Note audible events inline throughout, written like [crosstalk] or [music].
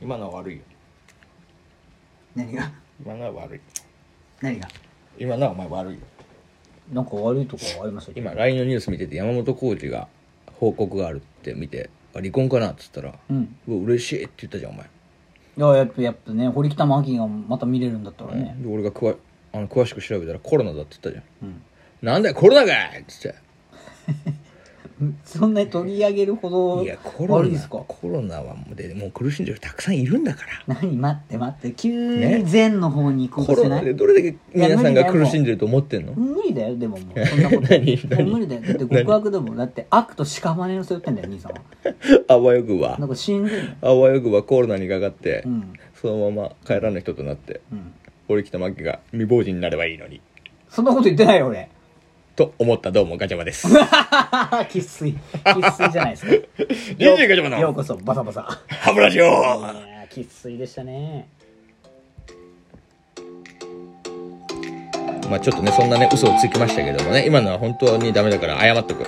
今のは悪いよ何が今のは悪い何が今のはお前悪いよなんか悪いとこありましたっけ今 LINE のニュース見てて山本浩二が報告があるって見てあ離婚かなっつったら「うんうわ嬉しい」って言ったじゃんお前いややっぱやっぱね堀北真希がまた見れるんだったらね、で俺が詳あの詳しく調べたらコロナだって言ったじゃん、うんなんだよコロナかいっつってそんなに取り上げるほどいやコロ悪ナいですかコロナはもうでもう苦しんでる人たくさんいるんだから何待って待って急ねに前の方に行こうコとしロてなナい、でどれだけ皆さんが苦しんでると思ってんの無理だよでももうそんなこと何何もう無理だよだって極悪でもだって悪と屍を背負ってんだよ兄さんは [laughs] あわよくばなんか死んでるあわよくばコロナにかかって、うんそのまま帰らぬ人となってうん俺北真希が未亡人になればいいのにそんなこと言ってないよ俺 [laughs] と思ったどうもガチャマです生粋生粋じゃない [laughs] ですか DJ ガチャマようのこそバサバサ歯ブラシをいやー生粋でしたねまあちょっとねそんなね嘘をつきましたけどもね今のは本当にダメだから謝っとく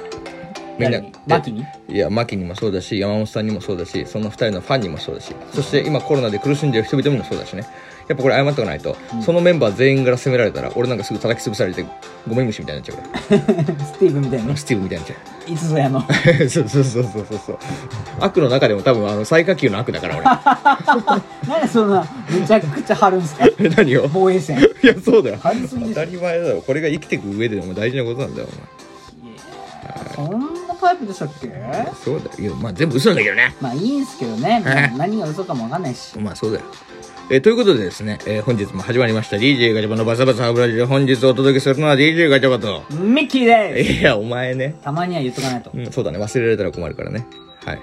みんな誰にマキにいやマキにもそうだし山本さんにもそうだしその2人のファンにもそうだしそして今コロナで苦しんでる人々にもそうだしねやっぱこれ謝っとかないと、そのメンバー全員から責められたら俺なんかすぐ叩き潰されてゴミ虫みたいになっちゃうか [laughs] スティーブみたいならねスティーブみたいになっちゃう [laughs] いつぞやの [laughs] そうそうそうそうそうそう悪の中でも多分あの最下級の悪だからなんでそんなめちゃくちゃ張るんすか俺何よ防衛線いやそうだよ張りすぎで当しょたり前だよこれが生きていく上でも大事なことなんだよいやーそんなタイプでしたっけお前そうだよいやまあ全部嘘なんだけどねまあいいんすけどね、まあ何が嘘かもわかんないしまあそうだよえーということでですね、えー本日も始まりました DJ ガチャバのバサバサハブラジル本日お届けするのは DJ ガチャバとミッキーですいやお前ね、たまには言っとかないとうん、そうだね忘れられたら困るからねはい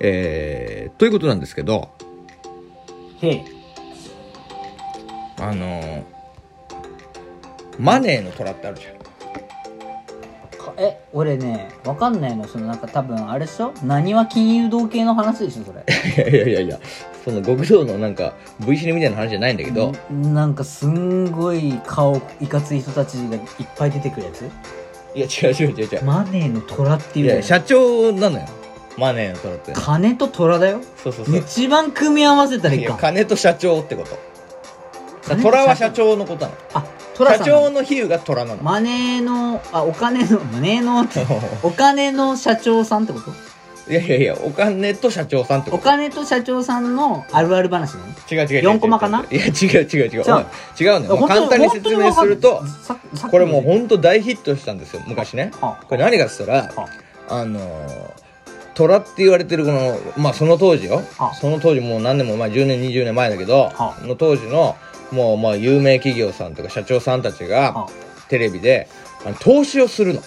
えー、ということなんですけどへえあのーマネーの虎ってあるじゃん [laughs] かえ俺ねわかんないのそのなんか多分あれでしょ何は金融同系の話でしょそれいやいやいやいやその極道のなんか V シネみたいな話じゃないんだけど、んなんかすんごい顔いかつい人たちがいっぱい出てくるやついや違う違う違う違うマネーの虎っていいうやの社長なのよマネーの虎って金と虎だよそうそうそう一番組み合わせたらいいいやか金と社長ってこと金と社長虎は社長のことなのあ虎社さん長の比喩が虎なの、マネーのあお金のマネーのってお金の社長さんってこといやいやいやお金と社長さんってこおと金と社長さんのあるある話ね違う違う違う四コマかないや違う違う違うじゃあおい違うのよもう簡単に説明するとこれもうん本当大ヒットしたんですよ昔ねはあこれ何かっつったらはあのー虎って言われてるこのまあその当時よあその当時もう何年も前10年20年前だけどあの当時のもうまあ有名企業さんとか社長さんたちがあテレビであの投資をするの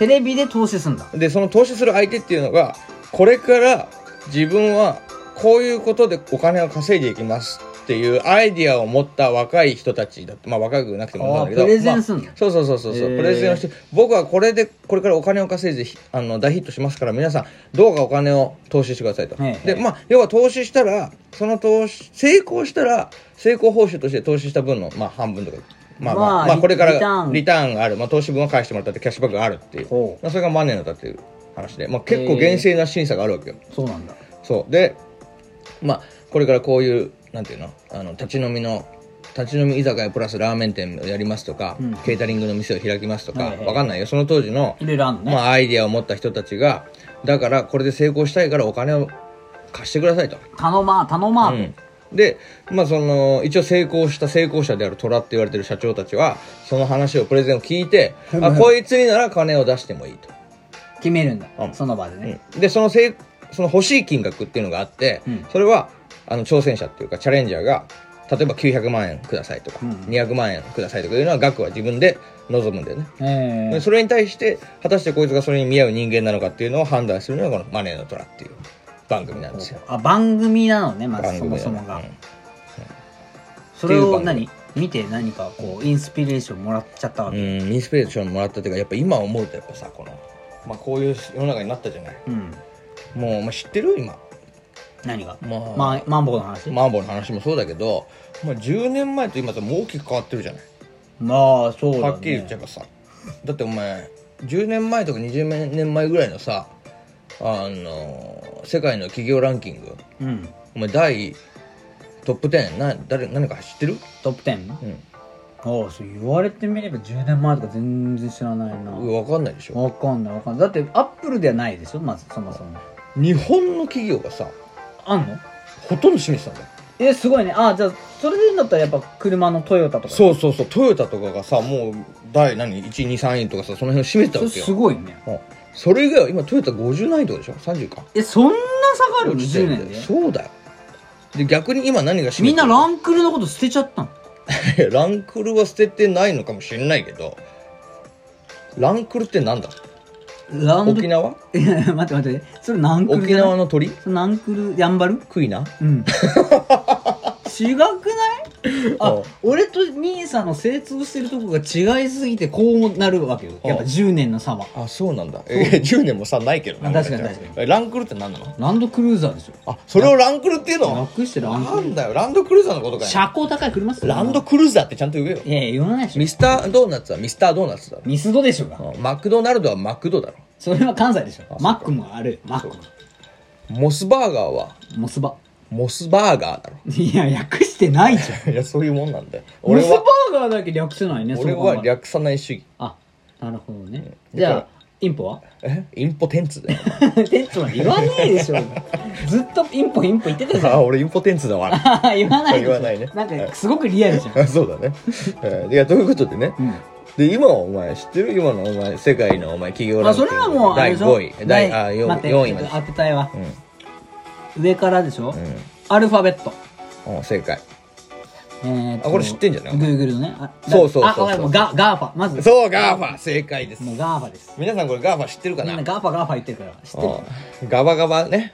テレビで投資すんだでその投資する相手っていうのがこれから自分はこういうことでお金を稼いでいきますっていうアイディアを持った若い人たちだってまあ若くなくてもあなあんだけプどレゼまあンすんだ、そうそうそうそうそうへープレゼンをして僕はこれでこれからお金を稼いでひあの大ヒットしますから皆さんどうかお金を投資してくださいと、はいはいでまあ要は投資したらその投資成功したら成功報酬として投資した分の、まあ、半分とかまあまあ、ままああリこれからリターンリターンがある、まあ、投資分を返してもらったってキャッシュバックがあるっていうほうまあそれがマネーのだっていう話で、まあ、結構厳正な審査があるわけよ、そうなんだそうでまあこれからこういうなんていうのあの立ち飲みの立ち飲み居酒屋プラスラーメン店をやりますとか、うんケータリングの店を開きますとか、はいはいわかんないよその当時の、いろいろあんのね、まあ、アイディアを持った人たちがだからこれで成功したいからお金を貸してくださいと、頼まあ頼まあ、うんで、まあ、その一応成功した成功者である虎って言われてる社長たちはその話をプレゼンを聞いて、あこいつになら金を出してもいいと。決めるんだ、うんその場でね、でそのせいその欲しい金額っていうのがあって、うんそれはあの挑戦者っていうかチャレンジャーが例えば900万円くださいとか、うん200万円くださいとかいうのは額は自分で望むんだよね、えでえそれに対して果たしてこいつがそれに見合う人間なのかっていうのを判断するのがこの「マネーの虎」っていう番組なんですよあ番組なのねまず番そ組もだよそもが、うんそれをっていう番何見て何かこうインスピレーションもらっちゃったわうけ、んインスピレーションもらったというかやっぱ今思うとやっぱさこの、まあ、こういう世の中になったじゃないうんもう、まあ、知ってる今何が、まあまあ、マンボウの話、まマンボウの話もそうだけど、まあ、10年前と今ともう大きく変わってるじゃないあそうだ、ね、はっきり言っちゃえばさだってお前10年前とか20年前ぐらいのさあの世界の企業ランキングうんお前第トップ10な誰何か知ってるトップ 10? うんああそう言われてみれば10年前とか全然知らないな分かんないでしょわかんないわかんないだってアップルではないでしょまずそもそも日本の企業がさあんのほとんど占めてたんだよえすごいねああじゃあそれで言うんだったらやっぱ車のトヨタとかそうそうそうトヨタとかがさもう第何123位とかさその辺を占めてたそわれけよすごいねうんそれ以外は今トヨタ50何位とかでしょ30かえそんな下がるの落ちて10んだ年よでそうだよで逆に今何が占めみんてなるランクルのこと捨てちゃったの [laughs] ランクルは捨ててないのかもしれないけどランクルってなんだランク沖ル縄いやいや待って待ってそれ何クル沖じゃない縄の鳥それ何クルやんばるクイナうん違くないうんあ俺と兄さんの精通してるとこが違いすぎてこうなるわけよやっぱ10年の差はあそうなんだ、えー、10年もさないけどなあ確かに俺たちは確ランクルって何なのランドクルーザーですよあそれをランクルっていうの楽してランクなルーんだよランドクルーザーのことかよ車高高い車っすよランドクルーザーってちゃんと言えよいやいや言わないでしょミスタードーナツはミスタードーナツだろミスドでしょがうんマクドナルドはマクドだろそれは関西でしょマックもあるよマックモスバーガーはモスバモスバーガーだいや略してないじゃんろいやそういうもんなんだよモ [laughs] 俺スバはーガーだけ略してないね俺そう考えは略さない主義あなるほどねうんじゃだあかインポは [laughs] えインポテンツだよ店長は言わねえ [laughs] でしょずっとインポインポ言ってたじゃんあ俺インポテンツだわ [laughs] 言わないでし言ょわないねなんかすごくリアルじゃんあ [laughs] そうだね、えーいやということでね、んで今はお前知ってる今のお前世界のお前企業ラあンキンそグれはもうあれ第でしょ5位第あ第待って 4, 四位まちでょっと当てたいわ、上からでしょ、んアルファベットうん正解えーとあこれ知ってんじゃない Google のねあそうそうそうそうあわかるもうガガーファまずそうガーファ正解ですもうガーファです皆さんこれガーファ知ってるかみんななガーファガーファ言ってるから知ってるうんガバガバ [laughs] ね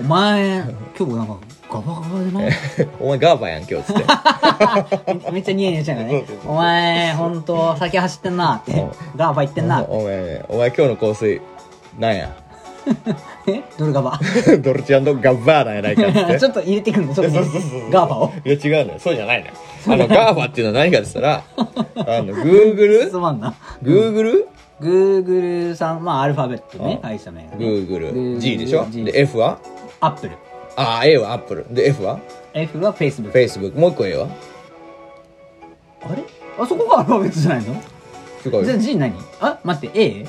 お前今日なんかガバガバでないお前ガーファやん今日っつってめめっちゃニヤニヤしちゃうからねそうそうそうお前ほんと先走ってんなってガーファ言ってんなお前お前今日の香水なんや [laughs] えドルガバドルチアンドガッバーなんやないかっつ [laughs] ってちょっと入れてくるのちょっとガーファをいや違うのよそうじゃないのよあのガーファっていうのは何かって言ったら [laughs] あのグーグすルまんなグーグル Google さんまあアルファベットねあ会社名がグねーグル G でしょ G で F はアップルあ A はアップルで F は F は Facebook フェイスブックもう一個 A はあれあそこがアルファベットじゃないのすごいじゃよあ G 何あ待って A?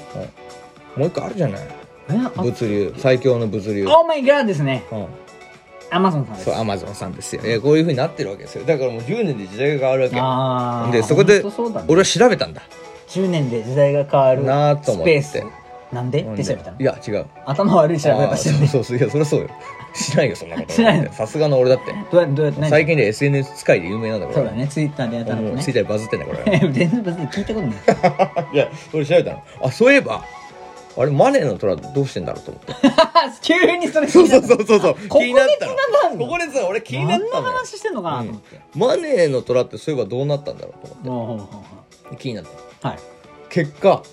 もう一個あるじゃないえあ物流最強の物流 Oh my god ですねうんアマゾンさんですそうアマゾンさんですよいやこういうふうになってるわけですよだからもう10年で時代が変わるわけよあーでそこでほんとそうだね俺は調べたんだ10年で時代が変わるなーと思っスペてースなんでって調べたのいや違う頭悪い調べ方してあーるそうそうそういやそりゃそうよしないよそんなことしないのさすがの俺だってどうやどうやって何最近で SNS 使いで有名なんだからそうだねツイッターでやったのももうねついたりバズってんだこれ [laughs] 全然別に聞いたこ [laughs] とない [laughs] いや俺調べたのあそういえばあれマネーの虎どうしてんだろうと思って急にそれそうそうそうそうそうここで気になったの繋がんのここでさ俺気になっ何のたのよ話してんのかなと思ってマネーの虎ってそういえばどうなったんだろうとほうほうほうほ思って気になったうはい結果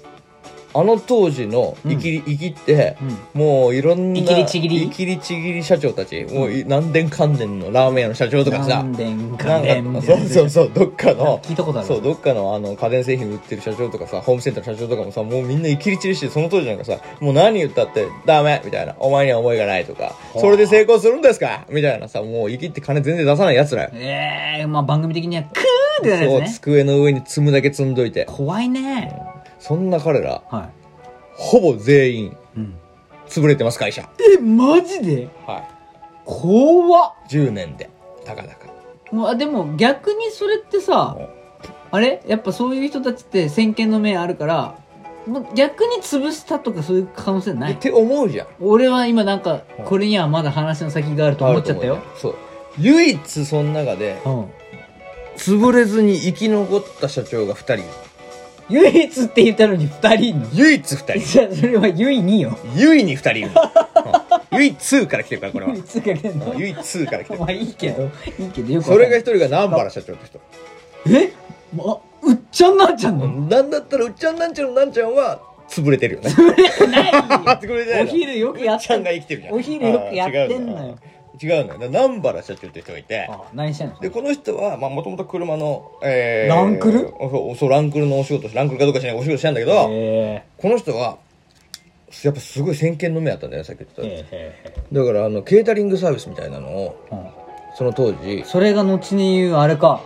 あの当時のうん生きり、生きって、もういろんなイキリちぎりイキリちぎり社長たち、もうい何年関連のラーメン屋の社長とかさ何年かねなんかそうそうそうどっかの聞いたことあるそうどっかのあの家電製品売ってる社長とかさホームセンターの社長とかもさもうみんなイキリチリしてその当時なんかさもう何言ったってダメみたいなお前には思いがないとかそれで成功するんですかみたいなさもうイキって金全然出さないやつらよ、ええまあ番組的にはクーってなるそやつうね机の上に積むだけ積んどいて怖いねそんな彼らはほぼ全員い、うん、潰れてます会社えマジでは怖っい10年でたかだかもうあでも逆にそれってさうんあれやっぱそういう人たちって先見の明あるからもう逆に潰したとかそういう可能性なっいて思うじゃん俺は今なんかこれにはまだ話の先があると思っちゃったよ、そう唯一その中でうん、潰れずに生き残った社長が2人唯一って言ったのに2人いんの唯一2人じゃあそれは唯によ唯に2人いるうん唯2から来てるから [laughs] これは唯一かけんのうん唯2から来てるまあいいけどいいけどよくわそれかがんな1い人が南原社長って人えまあうっちゃんなっちゃんのなんだったらうっちゃんなんちゃんのなんちゃんは潰れてるよね [laughs] 潰れてないお昼よくやうっちゃてんんがの生きてるじゃんお昼よくやってんのよあー違うのよ違うのよ南原社長って人がいてあ何してんのでこの人はもともと車の、えランクルそうそうランクルのお仕事ランクルかどうかしないお仕事したんだけど、えこの人はやっぱすごい先見の目あったんだよねさっき言ってた、へえへえへだからあのケータリングサービスみたいなのをえうんその当時それが後に言うあれか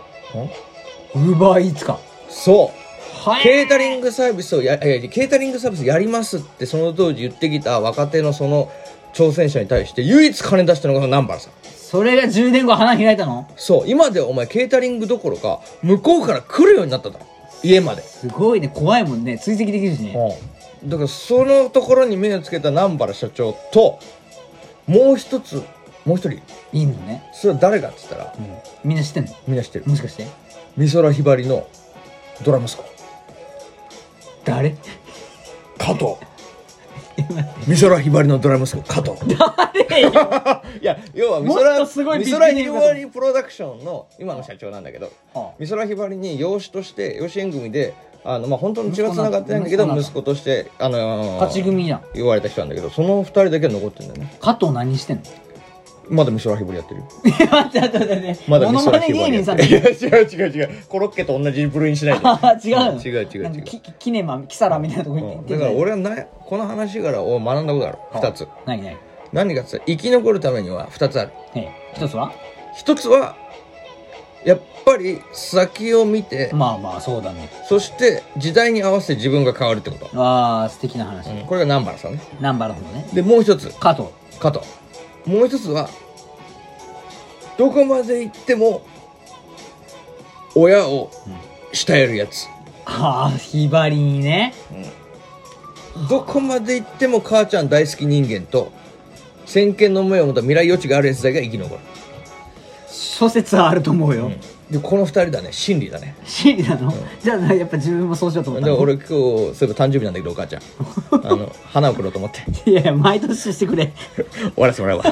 ウーバーイーツかそうはケータリングサービスをやいやいやケータリングサービスやりますってその当時言ってきた若手のその挑戦者に対して唯一金出したのが南原さんそれが10年後花開いたのそう今ではお前ケータリングどころか向こうから来るようになっただろ家まですごいね怖いもんね追跡できるしねだからそのところに目をつけた南原社長ともう一つもう一人いいのね、それは誰かって言ったらうん、みんな知ってんのみんな知ってるもしかして美空ひばりのドラ息子誰加 [laughs] 藤美空ひばりのドラ息子加藤誰よ [laughs] いや要は美もっ空とすごい美ビッグ空ネひームだばとりプロダクションの今の社長なんだけどはあ美空ひばりに養子として養子縁組であの、まあ、本当の血はつながってないんだけど息子なんだ息子としてあのー勝ち組や言われた人なんだけどその二人だけ残ってるんだよね加藤何してんのまだ美空ひばりやってるよいや待って待って待ってまだモ美ノマ空ひネば芸り人やさっんてでるいや違う違う違うコロッケと同じ部類にしないであ違うの違う違う違うなんかききキネマキサラみたいなとこに行うっんてだんかよら俺はなこの話からを学んだことある二つ何何何かって言ったら生き残るためには二つあるええ一つは一つはやっぱり先を見て、まあまあそうだねそして時代に合わせて自分が変わるってこと、ああ素敵な話、これが南原さんねナンバーの方ねでもう一つ加藤加藤もう一つはどこまで行っても親を慕えるやつ、ああひばりにねどこまで行っても母ちゃん大好き人間と先見の目を持った未来余地があるやつだけが生き残る諸説はあると思うよ、でこの二人だね真理だね真理なの、じゃあやっぱ自分もそうしようと思だっかたら俺の今日そういえば誕生日なんだけどお母ちゃん [laughs] あの花送ろうと思っていやいや毎年してくれ終わらせてもらうわ